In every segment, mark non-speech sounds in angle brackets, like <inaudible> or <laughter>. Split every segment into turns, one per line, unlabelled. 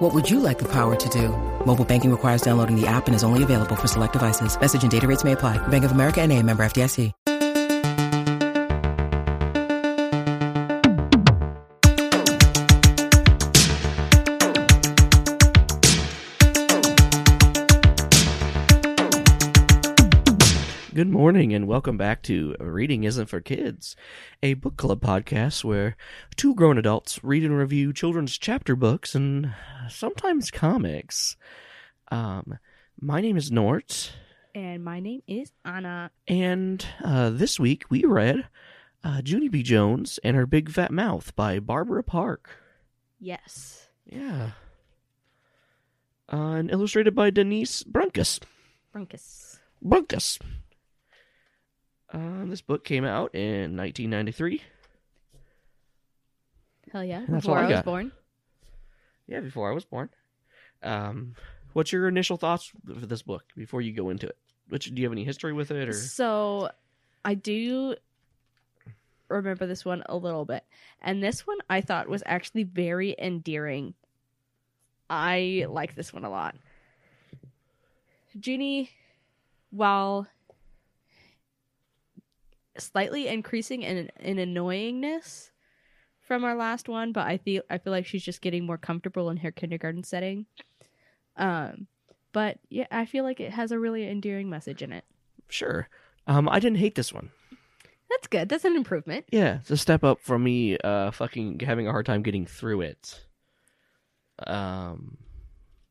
What would you like the power to do? Mobile banking requires downloading the app and is only available for select devices. Message and data rates may apply. Bank of America and a member FDIC.
Good morning, and welcome back to Reading Isn't for Kids, a book club podcast where two grown adults read and review children's chapter books and sometimes comics. Um, my name is Nort,
And my name is Anna.
and uh, this week we read uh, Junie B. Jones and Her Big Fat Mouth by Barbara Park.
Yes.
Yeah. Uh, and illustrated by Denise Brunkus.
Brunkus.
Brunkus. Um, this book came out in 1993.
Hell yeah.
That's all
Before
I
I, was
got.
born.
Yeah, before I was born. Um, what's your initial thoughts for this book before you go into it? Which do you have any history with it or?
So I do remember this one a little bit. And this one I thought was actually very endearing. I like this one a lot. Junie, while slightly increasing in in annoyingness from our last one, but I feel I feel like she's just getting more comfortable in her kindergarten setting. Um, but yeah, I feel like it has a really endearing message in it.
Sure. Um, I didn't hate this one.
That's good. That's an improvement.
Yeah, it's a step up from me uh fucking having a hard time getting through it. Um,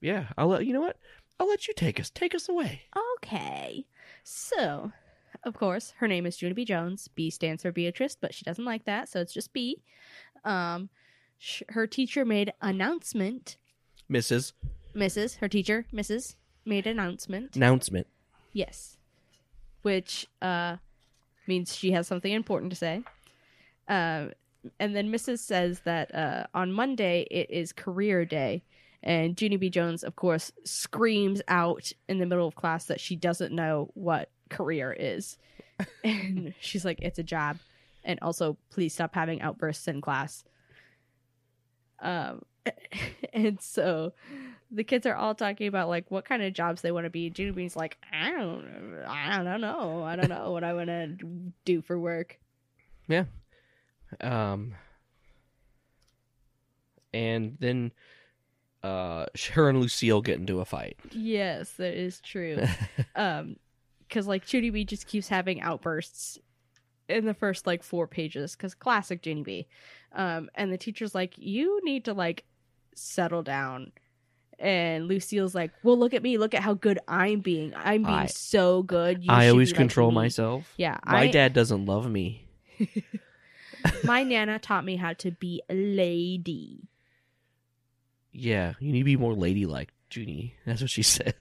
yeah, I'll let you know what. I'll let you take us take us away.
Okay. So, of course, her name is Junie B. Jones. B stands for Beatrice, but she doesn't like that, so it's just B. Um, sh- her teacher made announcement.
Mrs.
Mrs. Her teacher, Mrs. Made announcement.
Announcement.
Yes. Which uh, means she has something important to say. Um, and then Mrs. says that uh, on Monday it is career day. And Junie B. Jones, of course, screams out in the middle of class that she doesn't know what career is. and she's like, it's a job. And also, please stop having outbursts in class. Um, <laughs> and so the kids are all talking about like what kind of jobs they want to be. Junie Bean's like, I don't, I don't know, I don't know what I want to do for work.
Um, and then uh, her and Lucille get into a fight.
Yes, that is <laughs> true. um, because like Junie B just keeps having outbursts in the first like four pages. Because classic Junie B. Um, and the teacher's like, you need to like settle down. And Lucille's like, well, look at me, look at how good I'm being. I'm being
I-
so good. You
I
should
always
be like
control
me."
myself.
Yeah,
My
I-
dad doesn't love me.
My nana taught me how to be a lady.
Yeah, you need to be more ladylike, Junie. <laughs> That's what she says.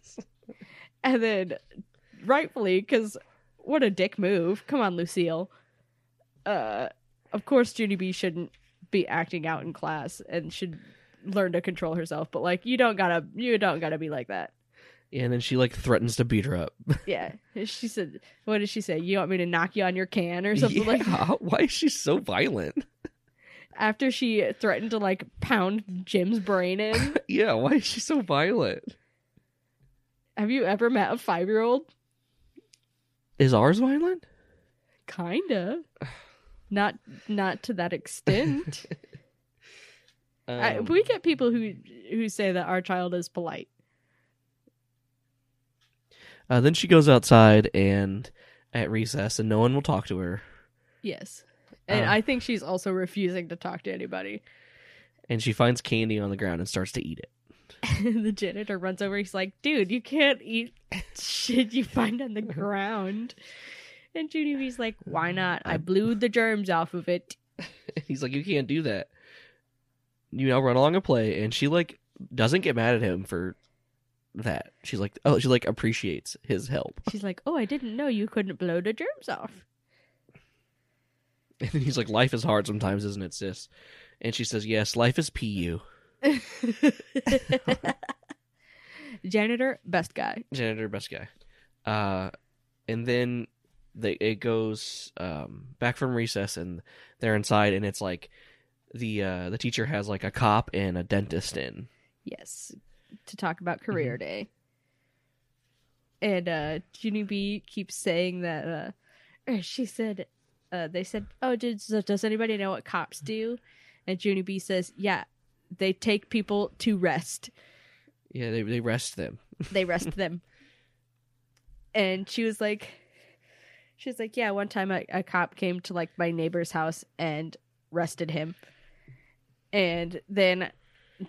And then, rightfully, because what a dick move. Come on, Lucille. Uh, of course, Judy B shouldn't be acting out in class and should learn to control herself. But like, you don't gotta, you don't gotta be like that.
And then she like threatens to beat her up
Yeah, <laughs> she said. What did she say? You want me to knock you on your can or something like
<laughs>
that?
Yeah, Why is she so violent?
<laughs>
<laughs>
After she threatened to like pound Jim's brain <laughs> in.
yeah, why is she so violent?
Have you ever met a five year old?
Is ours violent?
<sighs> Kinda. Not not to that <laughs> extent. I,
Um,
we get people who who say that our child is polite.
uh, then she goes outside and at recess, and no one will talk to her.
Yes. And
Uh.
I think she's also refusing to talk to anybody.
And she finds candy on the ground and starts to eat it.
<laughs> the janitor runs over. He's like, dude, you can't eat shit you find <laughs> on the ground. And Judy B's like, why not? Mm. I blew the germs off of it.
<laughs> He's like, "You can't do that." You now run along and play, and she like doesn't get mad at him for that. She's like, "Oh, she like appreciates his help."
<laughs> She's like, oh, I didn't know you couldn't blow the germs off.
<laughs> And then he's like, "Life is hard sometimes, isn't it, sis?" And she says, "Yes, life is pu."
Janitor, best guy.
Janitor, best guy. Uh, and then they it goes um, back from recess, and they're inside, and it's like the uh, the teacher has like a cop and a dentist in.
Yes. To talk about career day. And uh Junie B keeps saying that uh <laughs> or she said uh they said, Oh, did so does anybody know what cops do? And Junie B says, Yeah, they take people to rest.
Yeah, they they rest them.
They rest them. And she was like she was like, Yeah, one time a, a cop came to like my neighbor's house and rested him. And then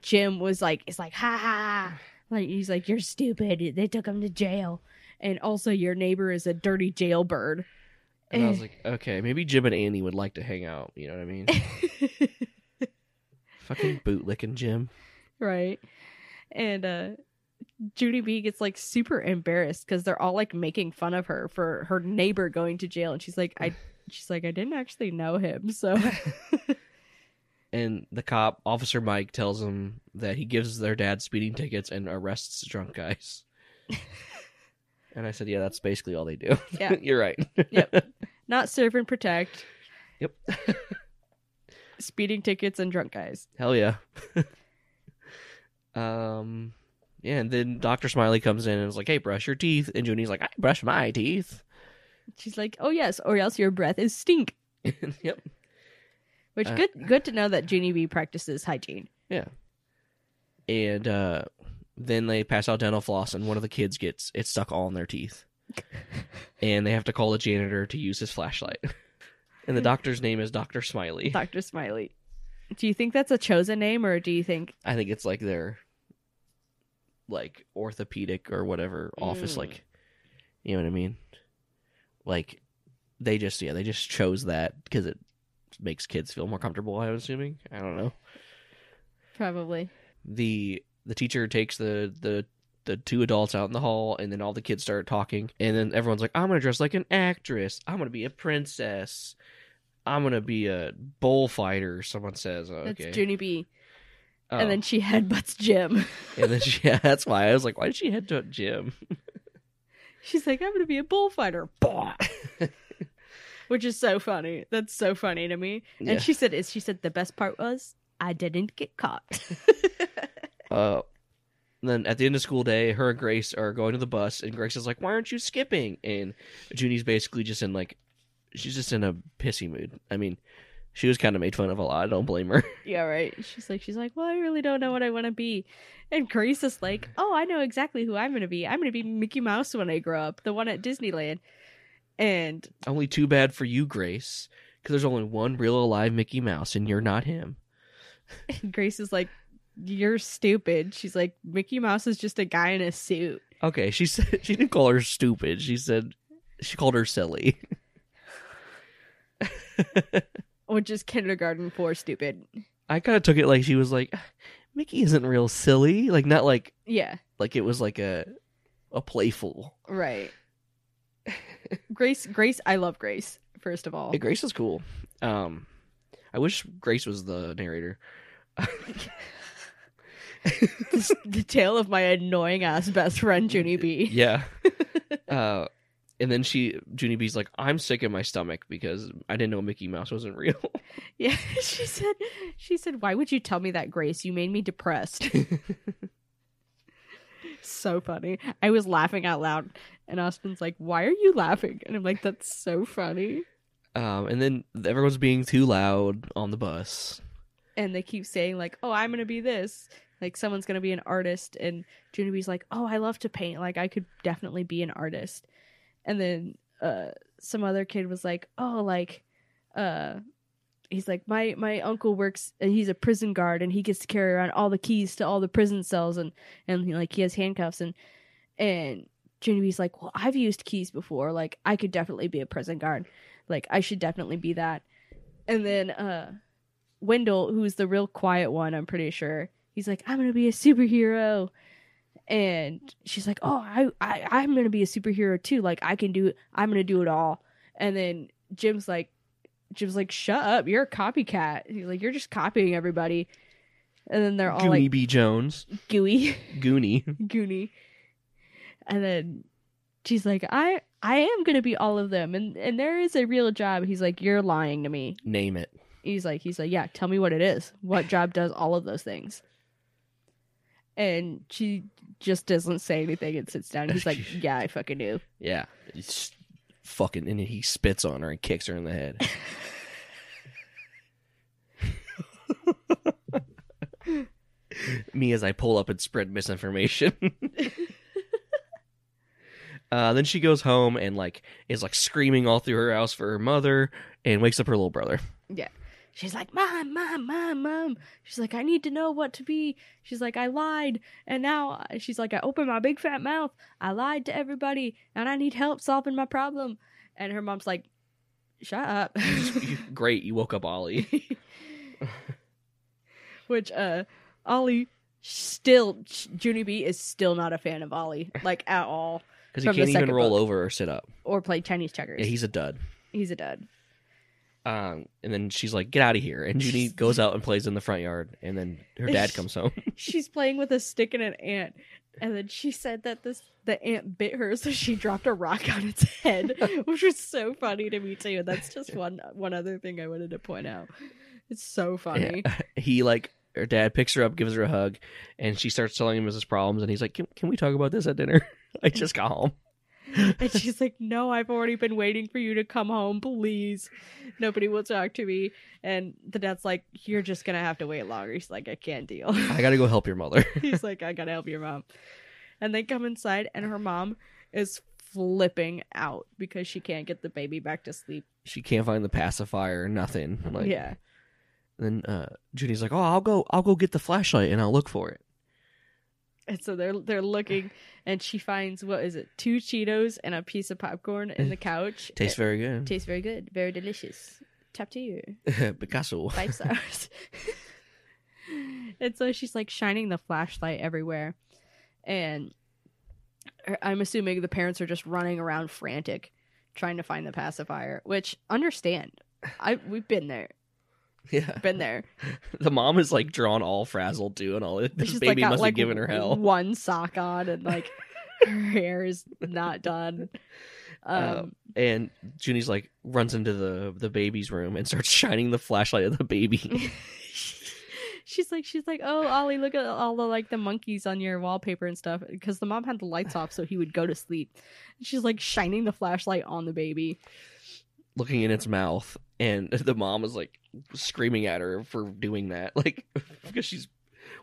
Jim was like, it's like, ha ha. ha." Like, he's like, you're stupid. They took him to jail. And also, your neighbor is a dirty jailbird.
And
Eh.
I was like, okay, maybe Jim and Annie would like to hang out. You know what I mean?
<laughs>
Fucking bootlicking Jim.
right. And, uh, Judy B gets like super embarrassed because they're all like making fun of her for her neighbor going to jail. And she's like,
<sighs>
I, she's like, I didn't actually know him.
<laughs>
So,
And the cop, Officer Mike, tells him that he gives their dad speeding tickets and arrests drunk guys. and I said, yeah, that's basically all they do.
Yeah.
<laughs> You're right.
yep. Not serve and protect.
Yep.
<laughs> Speeding tickets and drunk guys.
Hell yeah. <laughs> um, yeah, and then Dr. Smiley comes in and is like, hey, brush your teeth. And Junie's like, I brush my teeth.
She's like, "Oh yes, or else your breath is stink."
yep.
Which
Uh,
good good to know that Junie B practices hygiene.
and uh, then they pass out dental floss, and one of the kids gets it stuck all in their teeth, and they have to call the janitor to use his flashlight. <laughs> And the doctor's name is Doctor Smiley.
Doctor Smiley. Do you think that's a chosen name, or do you think
I think it's like their like orthopedic or whatever office,
Mm.
like you know what I mean. Like they just yeah they just chose that because it makes kids feel more comfortable. I'm assuming I don't know.
probably?
the the teacher takes the the the two adults out in the hall and then all the kids start talking and then everyone's like i'm gonna dress like an actress i'm gonna be a princess i'm gonna be a bullfighter someone says oh, okay
That's Junie B,
Oh.
and then she <laughs> headbutts Jim.
<laughs> and then she, yeah that's why i was like why did she head to a gym
She's like, "I'm gonna be a bullfighter," Bah! which is so funny. That's so funny to me.
Yeah.
And she said, "Is she said the best part was I didn't get caught." <laughs>
uh then at the end of school day, her and Grace are going to the bus, and Grace is like, "Why aren't you skipping?" And Junie's basically just in like, she's just in a pissy mood. I mean, she was kind of made fun of a lot. I don't blame her. <laughs>
yeah, right. She's like, she's like, "Well, I really don't know what I want to be," and Grace is like, "Oh, I know exactly who I'm gonna be. I'm gonna be Mickey Mouse when I grow up, the one at Disneyland." And <laughs>
Only too bad for you, Grace, because there's only one real alive Mickey Mouse, and you're not him.
Grace is like, "You're stupid." She's like, "Mickey Mouse is just a guy in a suit."
Okay, she <laughs> said she didn't call her stupid. She said she called her silly. <laughs>
Which is kindergarten for stupid.
I kind of took it like she was like, Mickey isn't real silly. Like not like
Yeah,
like it was like a a playful.
right. Grace, Grace, I love Grace. First of all,
Yeah, Grace is cool. Um, I wish Grace was the
<laughs>
narrator.
This- the tale of my annoying ass best friend Junie B.
Yeah. uh, and then she Junie B's like, I'm sick in my stomach because I didn't know Mickey Mouse wasn't <laughs> real.
<laughs> Yeah, she said. She said, "Why would you tell me that, Grace? You made me depressed." so funny. I was laughing out loud, and Austin's like, "Why are you laughing?" And I'm like, "That's so funny."
Um, and then everyone's being too loud on the bus.
and they keep saying like, "Oh, I'm gonna be this." Like someone's gonna be an artist, and Junibee's like, "Oh, I love to paint. Like I could definitely be an artist." And then uh, some other kid was like, "Oh, like, uh, he's like my my uncle works. And he's a prison guard, and he gets to carry around all the keys to all the prison cells, and and he, like he has handcuffs, and and Junibee's like, "Well, I've used keys before. Like I could definitely be a prison guard. Like I should definitely be that." And then uh Wendell, who's the real quiet one, I'm pretty sure, he's like, I'm gonna be a superhero. And she's like, Oh, I, I I'm gonna be a superhero too. Like I can do I'm gonna do it all. And then Jim's like, Jim's like, "Shut up! You're a copycat." He's like, "You're just copying everybody." And then they're all
Goonie
like
B. Jones.
gooey,
Goonie. <laughs>
goony. And then she's like, "I I am gonna be all of them, and and there is a real job." He's like, "You're lying to me."
Name it.
He's like, he's like, yeah, tell me what it is. What job does all of those things? And she just doesn't say anything and sits down. He's like, yeah, I fucking knew.
Yeah. It's fucking and he spits on her and kicks her in the
<laughs>
head. Me as I pull up and spread
<laughs>
misinformation. uh, then she goes home and like is like screaming all through her house for her mother and wakes up her little brother.
She's like, mom, mom, mom, mom. She's like, I need to know what to be. She's like, I lied, and now uh, she's like, I opened my big fat mouth. I lied to everybody, and I need help solving my problem. And her mom's like, shut
<laughs>
up.
Great, you woke up Ollie.
<laughs> Which uh Ollie still Junie B is still not a fan of Ollie like at all
Because
From
he
the
can't even
second
roll
book.
over or sit up.
or play Chinese checkers.
Yeah, he's a dud.
he's a dud.
Um, and then she's like, "Get out of here!" And
<laughs>
Judy goes out and plays in the front yard. And then her dad comes home.
She's playing with a stick and an ant and then she said that this the ant bit her so she dropped a rock on its head, which was so funny to me too. That's just one one other thing I wanted to point out. It's so funny.
He like her dad picks her up, gives her a hug, and she starts telling him his problems. And he's like, "Can, can we talk about this at dinner? <laughs> I just got home."
And she's like, No, I've already been waiting for you to come home. Please. Nobody will talk to me. And the dad's like, You're just going to have to wait longer. He's like, I can't deal.
<laughs>
<laughs>
I gotta go help your mother. <laughs>
He's like, I got to help your mom. And they come inside, and her mom is flipping out because she can't get the baby back to sleep.
she can't find the pacifier. Nothing. Like,
yeah.
Then uh, Judy's like, "Oh, I'll go. I'll go get the flashlight and I'll look for it."
And so they're they're looking, and she finds what is it? Two Cheetos and a piece of popcorn
<laughs>
in the couch.
Tastes very good.
tastes very good, very delicious. Tap to you.
<laughs> Picasso.
five stars. and so she's like shining the flashlight everywhere. And her- I'm assuming the parents are just running around frantic trying to find the pacifier, which understand. I we've been there.
Yeah.
Been there.
<laughs> The mom is like drawn all frazzled too, and all <laughs> this
She's,
baby
got,
must have given her hell.
One sock on and like <laughs> her hair is not done.
<laughs>
Um,
Um, and Junie's like runs into the the baby's room and starts <laughs> shining the flashlight at the baby.
Um, <laughs> she's like she's like oh ollie look at all the like the monkeys on your wallpaper and stuff because the mom had the lights off so he would go to sleep And she's like shining the flashlight on the baby
looking in its mouth, and <laughs> the mom is like screaming at her for doing that, <laughs> like because she's,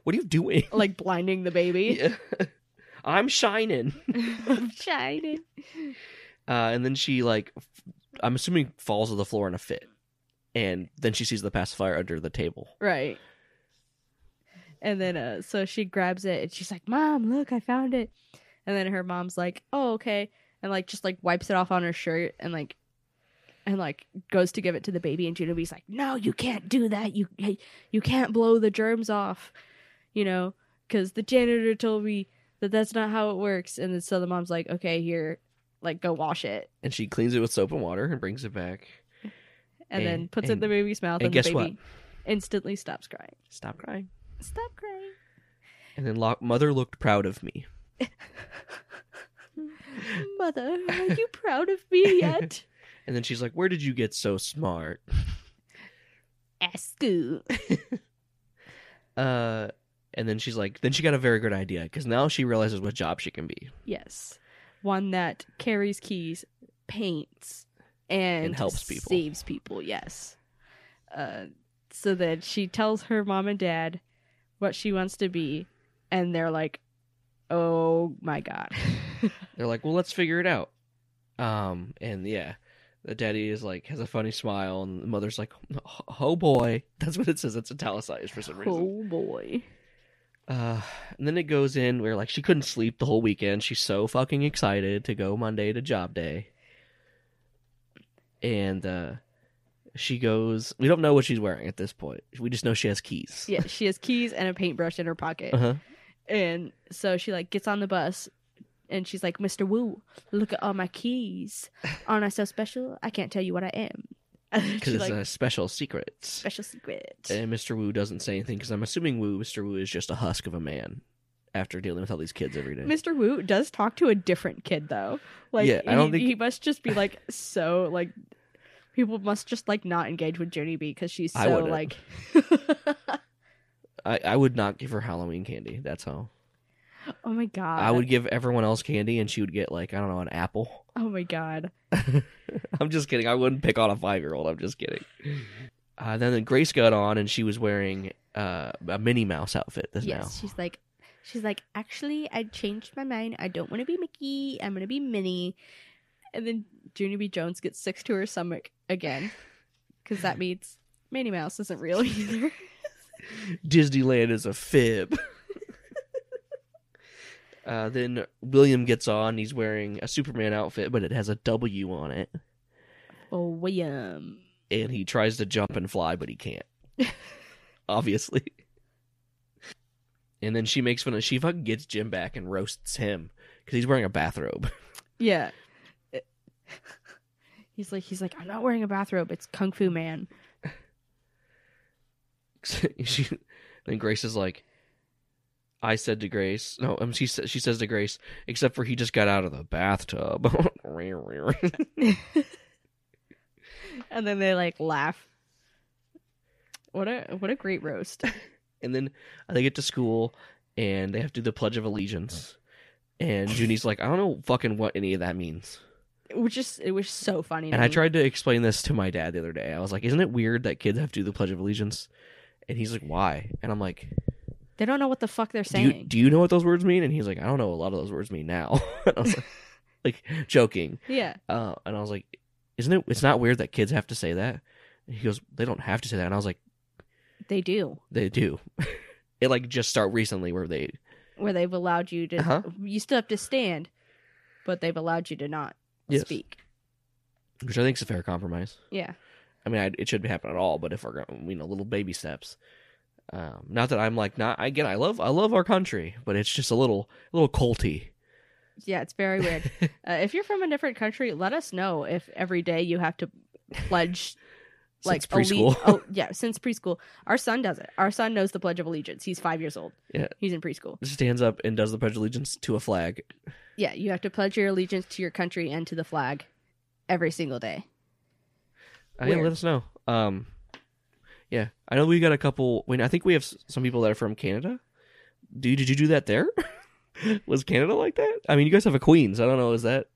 what are you doing?
like blinding
<laughs>
the baby
Yeah. I'm shining. <laughs>
I'm <laughs> shining
Uh, and then she like, f- I'm assuming falls to the floor in a fit, and then she sees the pacifier under the table.
right and then uh so she grabs it and she's like mom look i found it and then her mom's like oh okay and like just like wipes it off on her shirt and like and like goes to give it to the baby and Junobi's like no you can't do that you you can't blow the germs off you know cuz the janitor told me that that's not how it works and then so the mom's like okay here like go wash it
And she cleans it with soap and water and brings it back.
and, then
And-
puts it in
and-
the baby's mouth
and
and,
guess
the
what?
baby instantly stops crying
Stop crying.
stop crying
And then Lo- mother looked proud of me.
<laughs> mother are you proud of
<laughs>
me yet
And then she's like, "Where did you get so smart?"
at school
Uh, and then she's like, then she got a very good idea because now she realizes what job she can be
Yes. One that carries keys, paints, and,
And helps people.
Saves people, yes. Uh, so that she tells her mom and dad what she wants to be, and they're like, oh
<laughs>
my God.
they're like well let's figure it out um and yeah the daddy is like has a funny smile and the mother's like oh, oh boy <laughs> that's what it says it's italicized for some reason
oh boy.
uh and then it goes in where like she couldn't sleep the whole weekend she's so fucking excited to go monday to job day and uh she goes we don't know what she's wearing at this point we just know she has keys
Yeah, she has keys and a paintbrush in
<laughs>
her pocket.
uh-huh
And so she like gets on the bus and she's
<laughs>
like, Mr. Wu, look at all my keys. Aren't I so special? I can't tell you what I am. <laughs>
because
She's
it's
like,
a uh, special secret.
special secret.
And Mr. Wu doesn't say anything because I'm assuming Wu, Mr. Wu is just a husk of a man after dealing with all these kids every day.
Mr. Wu does talk to a different kid though. Like
Yeah, I don't
he,
think-
he must just be like so like people must just like not engage with Junie B because she's
I
so
wouldn't.
like <laughs>
I, I would not give her Halloween candy. That's how.
Oh my god.
I would give everyone else candy and she would get, like, I don't know, an apple. <laughs>
Oh my god.
I'm just kidding. I wouldn't pick on a five year old. I'm just kidding. Uh, then Grace got on and she was wearing uh, a Minnie Mouse outfit this
yes,
now.
she's like she's like, actually I changed my mind. I don't want to be Mickey, I'm gonna be Minnie. And then Junie B. Jones gets sick to her stomach again. Cause that means Minnie Mouse isn't real <laughs> either.
Disneyland is a fib. <laughs> uh, then William gets on. He's wearing a Superman outfit, but it has a W on it.
oh William.
And he tries to jump and fly, but he can't. Obviously. And then she makes fun of. She fucking gets Jim back and roasts him because he's wearing a bathrobe. <laughs>
Yeah. <laughs> He's like he's like I'm not wearing a bathrobe. It's Kung Fu Man.
she, then Grace is like, I said to Grace, no, um, she sa- she says to Grace, except for he just got out of the bathtub.
<laughs>
<laughs>
and then they like laugh. What a what a great roast. <laughs>
and then uh, they get to school and they have to do the Pledge of Allegiance. And Junie's like, I don't know fucking what any of that means.
Which is it was so funny. to
And I
me.
tried to explain this to my dad the other day. I was like, Isn't it weird that kids have to do the Pledge of Allegiance? And he's like, Why? And I'm like,
They don't know what the fuck they're
do
saying.
you, do you know what those words mean? And he's like, I don't know. A lot of those words mean now. <laughs> And I was like, like, joking.
yeah.
uh, and I was like, "Isn't it? It's not weird that kids have to say that." And he goes, "They don't have to say that." And I was like,
They do.
"They do." <laughs> it like just start recently where they
Where they've allowed you to
Uh-huh.
you still have to stand, but they've allowed you to not
Yes.
speak.
which I think is a fair compromise.
Yeah.
I mean, I, it shouldn't happen at all, but if we're going, you know, little baby steps. Um, not that I'm like not again. I love I love our country, but it's just a little a little colty.
Yeah, it's
<laughs>
very weird. uh, if you're from a different country, let us know if every day you have to pledge like
<laughs> Since preschool. <laughs>
<laughs> alle- oh yeah, since preschool. Our son does it. Our son knows the Pledge of Allegiance. He's five years old.
Yeah.
He's in preschool.
stands up and does the pledge of allegiance to a flag.
Yeah, you have to pledge your allegiance to your country and to the flag every single day.
Uh, yeah,
Weird.
let us know. Um, yeah, I know we got a couple. When I think we have s- some people that are from Canada. Do did you do that there? <laughs> Was Canada like that? I mean, you guys have a Queens. I don't know. Is that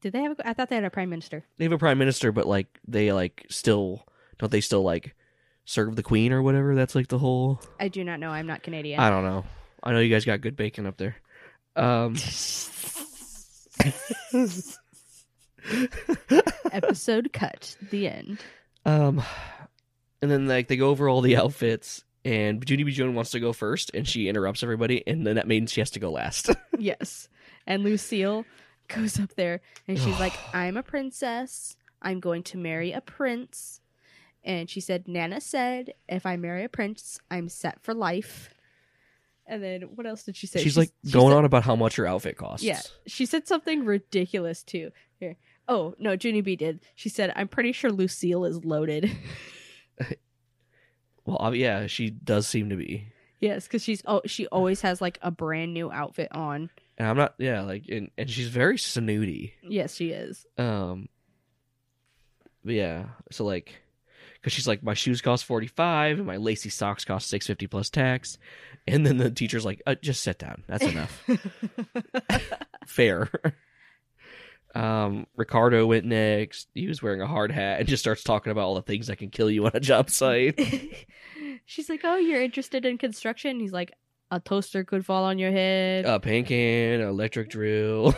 Did they have a I thought they had a prime minister.
they have a prime minister, but like they like still don't they still like serve the Queen or whatever? That's like the whole.
I do not know. I'm not Canadian.
I don't know. I know you guys got good bacon up there. <laughs> Um,
Episode cut. The end.
um, and then like they go over all the outfits, and Judy B. Jones wants to go first, and she interrupts everybody, and then that means she has to go last.
Yes. And Lucille goes up there and
<sighs>
she's like, I'm a princess. I'm going to marry a prince. And she said, Nana said, if I marry a prince, I'm set for life. And then what else did she
<laughs>
say?
she's, like
she
going
said-
on about how much her outfit costs.
Yeah. She said something ridiculous too. Here. Oh, no, Junie B did. She said, I'm pretty sure Lucille is loaded. <laughs>
Well, ob- yeah, she does seem to be.
yes, because she's oh she always has like a brand new outfit on.
And I'm not. Yeah, like and, and she's very snooty.
Yes, she is. <laughs>
Um. but yeah. So like, because she's like, my shoes cost forty five, and my lacy socks cost six fifty plus tax, and then the teacher's like, uh, just sit down. <laughs> That's enough. Fair. <laughs> Um, Ricardo went next. He was wearing a hard hat and just starts talking about all the things that can kill you on a
<laughs>
job site.
She's like, "Oh, you're interested in construction?" He's like, "A toaster could fall on your head."
a pan can, an electric drill.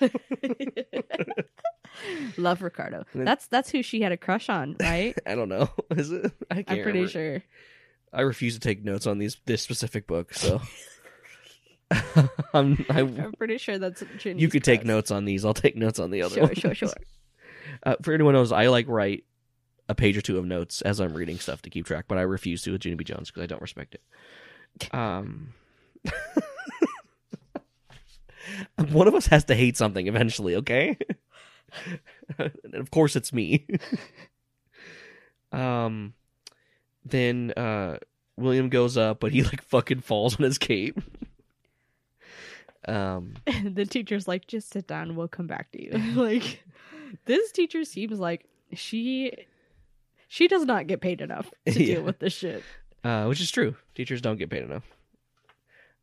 <laughs>
<laughs>
Love Ricardo.
then-
That's that's who she had a
<laughs>
crush on, right?
I don't know. Is it? I can't
I'm pretty
remember.
sure.
I refuse to take notes on these this specific book,
<laughs>
so <laughs> I'm, I,
I'm pretty sure that's Ginny's
you could take
crush.
notes on these. I'll take notes on the other.
Sure,
ones. <laughs>
sure, sure.
Uh, for anyone who knows, I like write a page or two of notes as I'm reading stuff to keep track, but I refuse to with Ginny B. Jones because I don't respect it. Um, <laughs> one of us has <laughs> to hate something eventually, okay? and of course, it's me. <laughs> Um, then uh, William goes up, but he like fucking falls on his cape. <laughs> um,
the teacher's like, just sit down, we'll come back
<laughs>
to you. <laughs> like, this teacher seems like she she does not get paid enough to
<laughs> Yeah.
deal with this shit.
uh, which is true. Teachers don't get paid enough.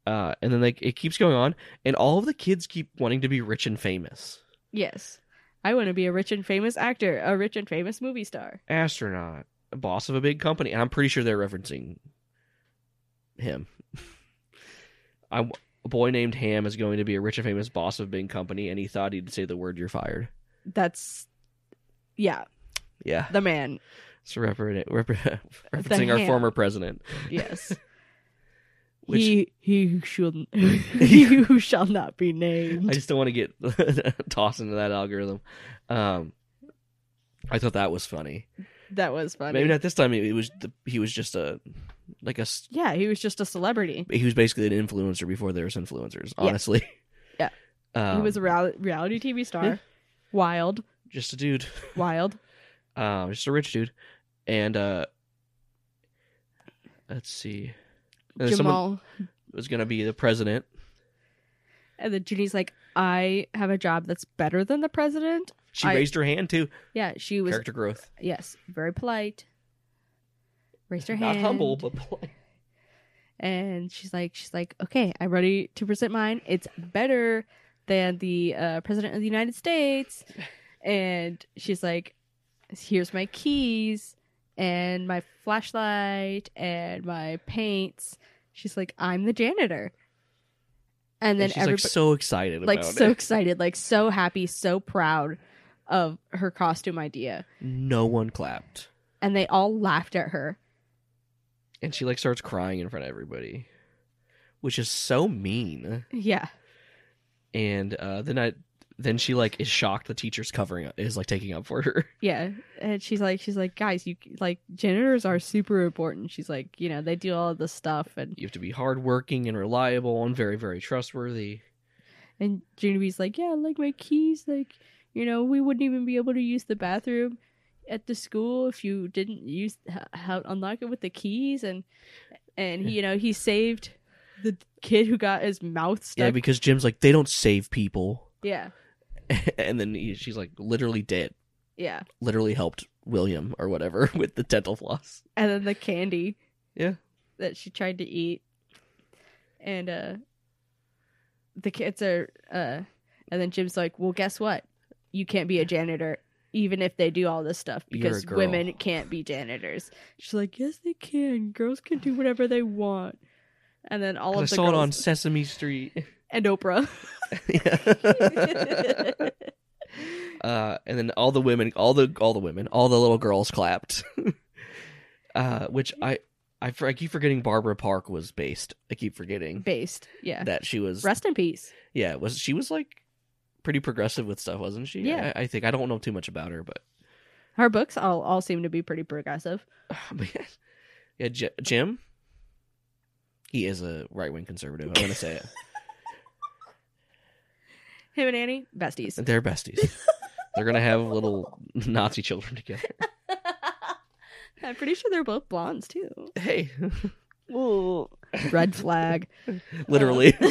Uh, and then like it keeps going on, and all of the kids keep wanting to be rich and famous,
Yes. I want to be a rich and famous actor, a rich and famous movie star.
astronaut, a boss of a big company, and I'm pretty sure they're referencing him. <laughs> I, a boy named Ham is going to be a rich and famous boss of a big company, and he thought he'd say the word "you're fired."
That's yeah,
Yeah,
the man.
it's repre- <laughs> repre- referencing our
Ham.
former president. <laughs>
Yes.
Which-
he he who shall <laughs>
<laughs>
he who shall not be named.
I just don't want to get <laughs> tossed into that algorithm. Um, I thought that was funny.
that was funny.
Maybe not this time. It was the, he was just a like a s-
Yeah, he was just a celebrity.
he was basically an influencer before there was influencers. Honestly,
Yeah.
<laughs> Um,
he was a real- reality TV star.
yeah.
Wild,
just a dude,
wild.
<laughs> um, just a rich dude, and uh, let's see, and then someone
Jamal.
was gonna be the president.
And then Ginny's like, I have a job that's better than the president.
She
I-
raised her hand too.
Yeah, she was,
Character growth,
yes, very polite. Raised her
not
hand.
humble but polite.
and she's like she's like okay i'm ready to present mine it's better than the uh, president of the united
<laughs>
states and she's like here's my keys and my flashlight and my paints she's like i'm the janitor and
And,
then
she's like
everybody
so excited,
like,
about
so
it.
excited like so happy so proud of her costume idea
No one clapped.
and they all laughed at her
and she like starts crying in front of everybody which is so mean
yeah
and uh then i then she like is shocked the teacher's covering up is like taking up for her <laughs>
Yeah, and she's like, she's like, guys, you like janitors are super important. She's like, you know, they do all of this stuff, and
you have to be hardworking and reliable and very very trustworthy
and Junibee's like, yeah, like my keys, like you know, we wouldn't even be able to use the bathroom at the school if you didn't use h- how unlock it with the keys, and and he, you know, he saved the kid who got his mouth stuck.
yeah because jim's like they don't save people <laughs>
yeah,
and then he, she's like literally did
yeah,
literally helped william or whatever <laughs> with the dental floss
and then the candy,
Yeah.
that she tried to eat, and uh, the kids are uh, and then Jim's like, well, guess what? You can't be a janitor, even if they do all this stuff,
You're a
because
girl."
women can't be janitors. She's like, yes, they can. Girls can do whatever they want. And then all
i
of the
saw it on
girls
sesame street <laughs>
<laughs> and Oprah.
<laughs> Yeah. uh, and then all the women, all the all the women, all the little girls clapped. <laughs> uh, which I, I for- I keep forgetting Barbara Park was based. I keep forgetting
<laughs> Based, yeah.
that she was.
Rest in peace.
yeah, was she was like pretty progressive with stuff, wasn't she?
Yeah.
I, I think I don't know too much about her, but <sighs>
Her books all all seem to be pretty progressive.
man. yeah, J- Jim. He is a right wing conservative. I'm gonna
<laughs>
say it.
Him and Annie, besties.
They're besties. They're gonna have little Nazi children together.
<laughs> I'm pretty sure they're both blondes too.
<laughs> Hey,
Ooh. <laughs> Red flag.
literally. <laughs>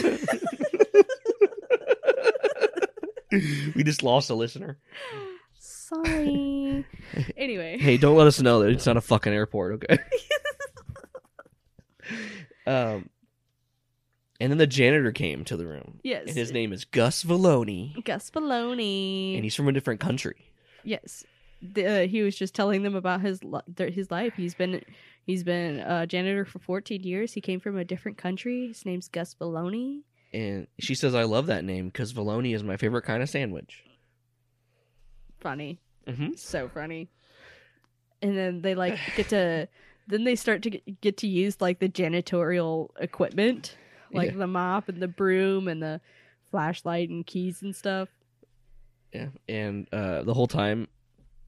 we just lost a listener. <laughs>
Sorry. anyway,
Hey, don't let us know that it's not a fucking airport, okay? um, and then the janitor came to the room,
yes.
and his name is Gus Valoni,
Gus Baloney.
and he's from a different country.
Yes, the, uh, he was just telling them about his li- their, his life. He's been he's been a janitor for 14 years. He came from a different country. His name's Gus Baloney.
And she says, "I love that name because Valoni is my favorite kind of sandwich."
Funny,
Mm-hmm.
so funny. And then
<sighs>
they like get to then they start to get, get to use like the janitorial equipment, like
Yeah.
the mop and the broom and the flashlight and keys and stuff.
Yeah, and uh, the whole time,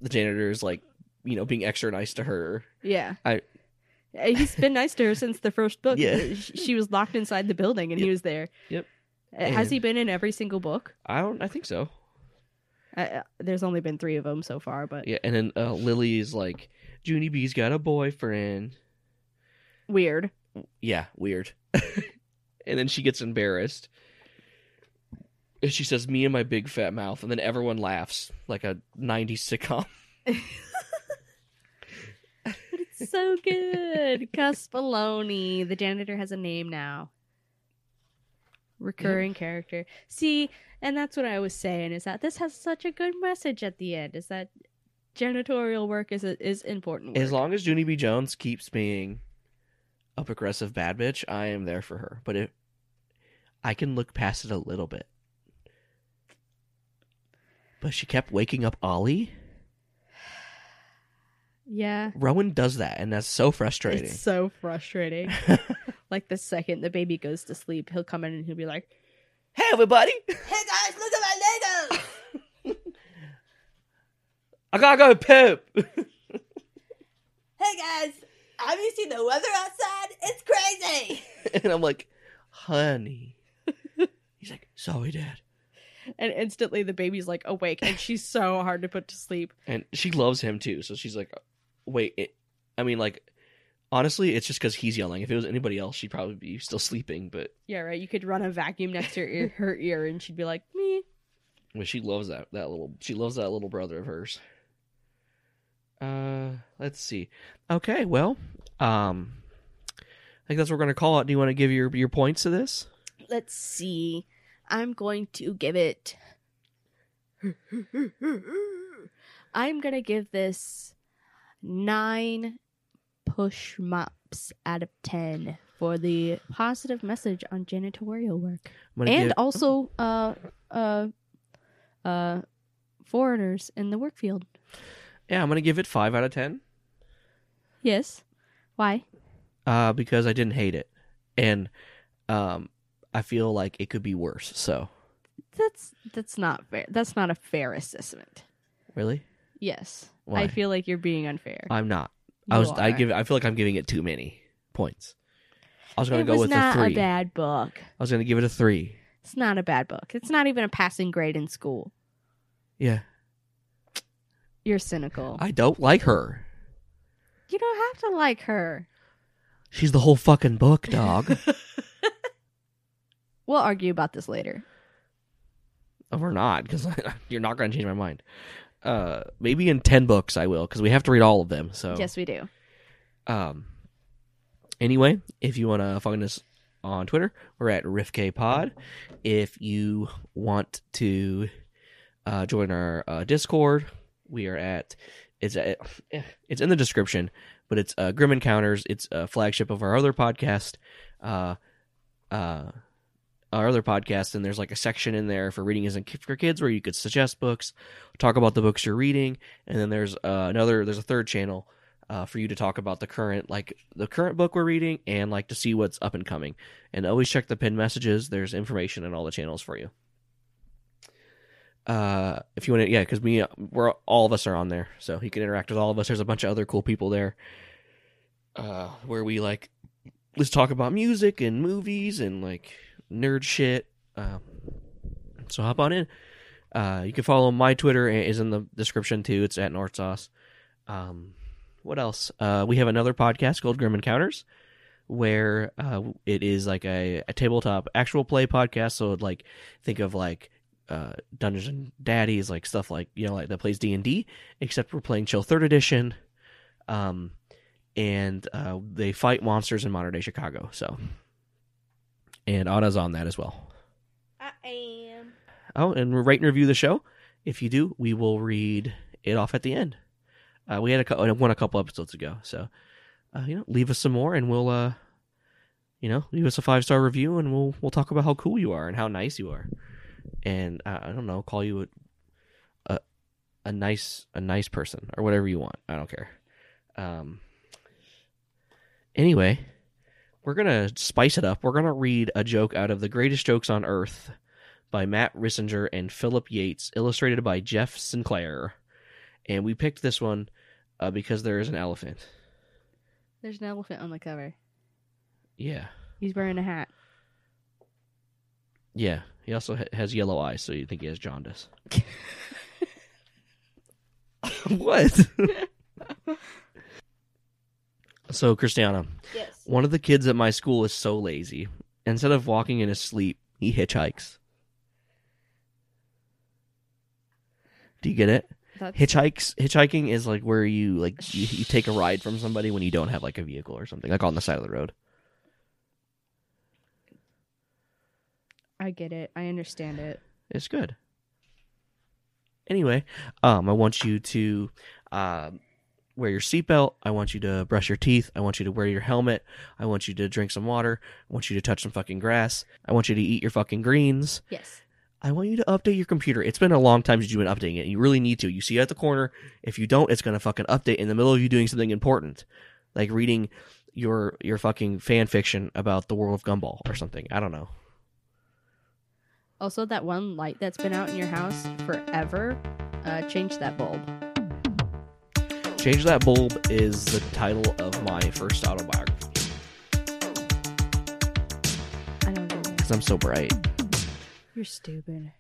the janitor is like, you know, being extra nice to her.
Yeah.
I-
Uh, He's been nice to her since the first book. Uh,
Yeah.
Sh- She was locked inside the building and he
Yep.
was there.
Yep.
Uh, Has he
And-
been in every single book?
I don't. I think so.
Uh, uh, there's only been three of them so far, but
Yeah, and then uh, Lily is like, Junie B's got a boyfriend.
Weird.
Yeah, weird. <laughs> and then she gets embarrassed. And she says, Me and my big fat mouth. And then everyone laughs like a 90s sitcom. <laughs>
But it's so good. <laughs> Cuspaloni. The janitor has a name now. Recurring character. See, and that's what I was saying is that this has such a good message at the end. Is that janitorial work is is important.
As
work.
long as Junie B. Jones keeps being a progressive bad bitch, I am there for her. But if I can look past it a little bit. But she kept waking up Ollie.
yeah.
Rowan does that, and that's so frustrating.
It's so frustrating. like the second the baby goes to sleep, he'll come in and he'll be like,
hey, everybody!
"Hey guys, look at my Legos."
I gotta go poop!
Hey guys, have you seen the weather outside? It's crazy.
<laughs> and I'm like, <laughs> honey. He's like, sorry, dad.
And instantly the baby's like awake and she's so hard to put to sleep.
And she loves him too. So she's like, uh, wait, it, I mean, like, honestly, it's just because he's yelling. If it was anybody else, she'd probably be still sleeping. But
Yeah, right. You could run a vacuum next to her ear, her ear and she'd be like, "Me."
well, she loves that, that little, she loves that little brother of hers. Uh, let's see. Okay, well, um, I think that's what we're gonna call it. Do you want to give your your points to this?
Let's see. I'm going to give it I'm going to give this 9 push mops out of 10 for the positive message on janitorial work.
I'm gonna
and
give-
also uh uh uh foreigners in the work field
yeah, I'm gonna give it five out of ten.
yes why
uh, because I didn't hate it, and um, I feel like it could be worse. So
that's that's not fair that's not a fair assessment
really,
yes
Why?
i feel like you're being unfair
I'm not. I was.
You
I
are.
give. I feel like I'm giving it too many points. I was gonna
it
go
was
with
not
a three.
a bad book
I was gonna give it a three.
it's not a bad book it's not even a passing grade in school
Yeah,
you're cynical
I don't like her.
you don't have to like her
She's the whole fucking book,
<laughs>
dog.
we'll argue about this later
or not, because <laughs> you're not gonna change my mind. Uh, maybe in ten books I will, because we have to read all of them. So
yes we do
Um. Anyway, if you want to find us on Twitter, we're at RiffKPod. If you want to uh, join our uh, Discord, we are at it's at, it's in the description, but it's uh, Grim Encounters. It's a flagship of our other podcast. Uh, uh, our other podcast, and there's like a section in there for reading isn't for kids where you could suggest books, talk about the books you're reading, and then there's uh, another there's a third channel uh, for you to talk about the current like the current book we're reading and like to see what's up and coming and always check the pinned messages there's information in all the channels for you uh if you want to yeah because me we're all of us are on there so you can interact with all of us there's a bunch of other cool people there uh where we like let's talk about music and movies and like nerd shit um so hop on in uh you can follow my twitter it is in the description too it's at north sauce um what else? Uh, we have another podcast called Grim Encounters, where uh, it is like a, a tabletop actual play podcast. So like, think of like uh, Dungeons and Daddies, like stuff like you know, like that plays D and D, except we're playing Chill Third Edition, um, and uh, they fight monsters in modern day Chicago. So, and Anna's on that as well.
<laughs> i am
Oh, and rate and review the show. If you do, we will read it off at the end. Uh, we had a cou- uh, one a couple episodes ago, so uh, you know, leave us some more, and we'll uh, you know, leave us a five star review, and we'll we'll talk about how cool you are and how nice you are, and uh, I don't know, call you a, a a nice a nice person or whatever you want. I don't care. Um. Anyway, we're gonna spice it up. We're gonna read a joke out of the greatest jokes on earth by Matt Rissinger and Philip Yates, illustrated by Jeff Sinclair. And we picked this one uh, because there is an elephant.
there's an elephant on the cover
Yeah,
he's wearing a hat
yeah. He also ha- has yellow eyes, so you think he has jaundice. what? So, Christiana,
Yes.
one of the kids at my school is so lazy. Instead of walking in his sleep, he hitchhikes. Do you get it?
That's,
Hitchhikes. Hitchhiking is like where you like you, you take a ride from somebody when you don't have like a vehicle or something, like on the side of the road.
I get it. I understand it.
It's good. Anyway, um, I want you to um, wear your seatbelt. I want you to brush your teeth. I want you to wear your helmet. I want you to drink some water. I want you to touch some fucking grass. I want you to eat your fucking greens.
Yes.
I want you to update your computer. It's been a long time since you've been updating it. You really need to. You see it at the corner. If you don't, it's gonna fucking update in the middle of you doing something important, like reading your your fucking fan fiction about the world of Gumball or something. I don't know.
Also, that one light that's been out in your house forever, uh, change that bulb.
Change That Bulb is the title of my first autobiography
I don't get it.
because I'm so bright.
You're stupid.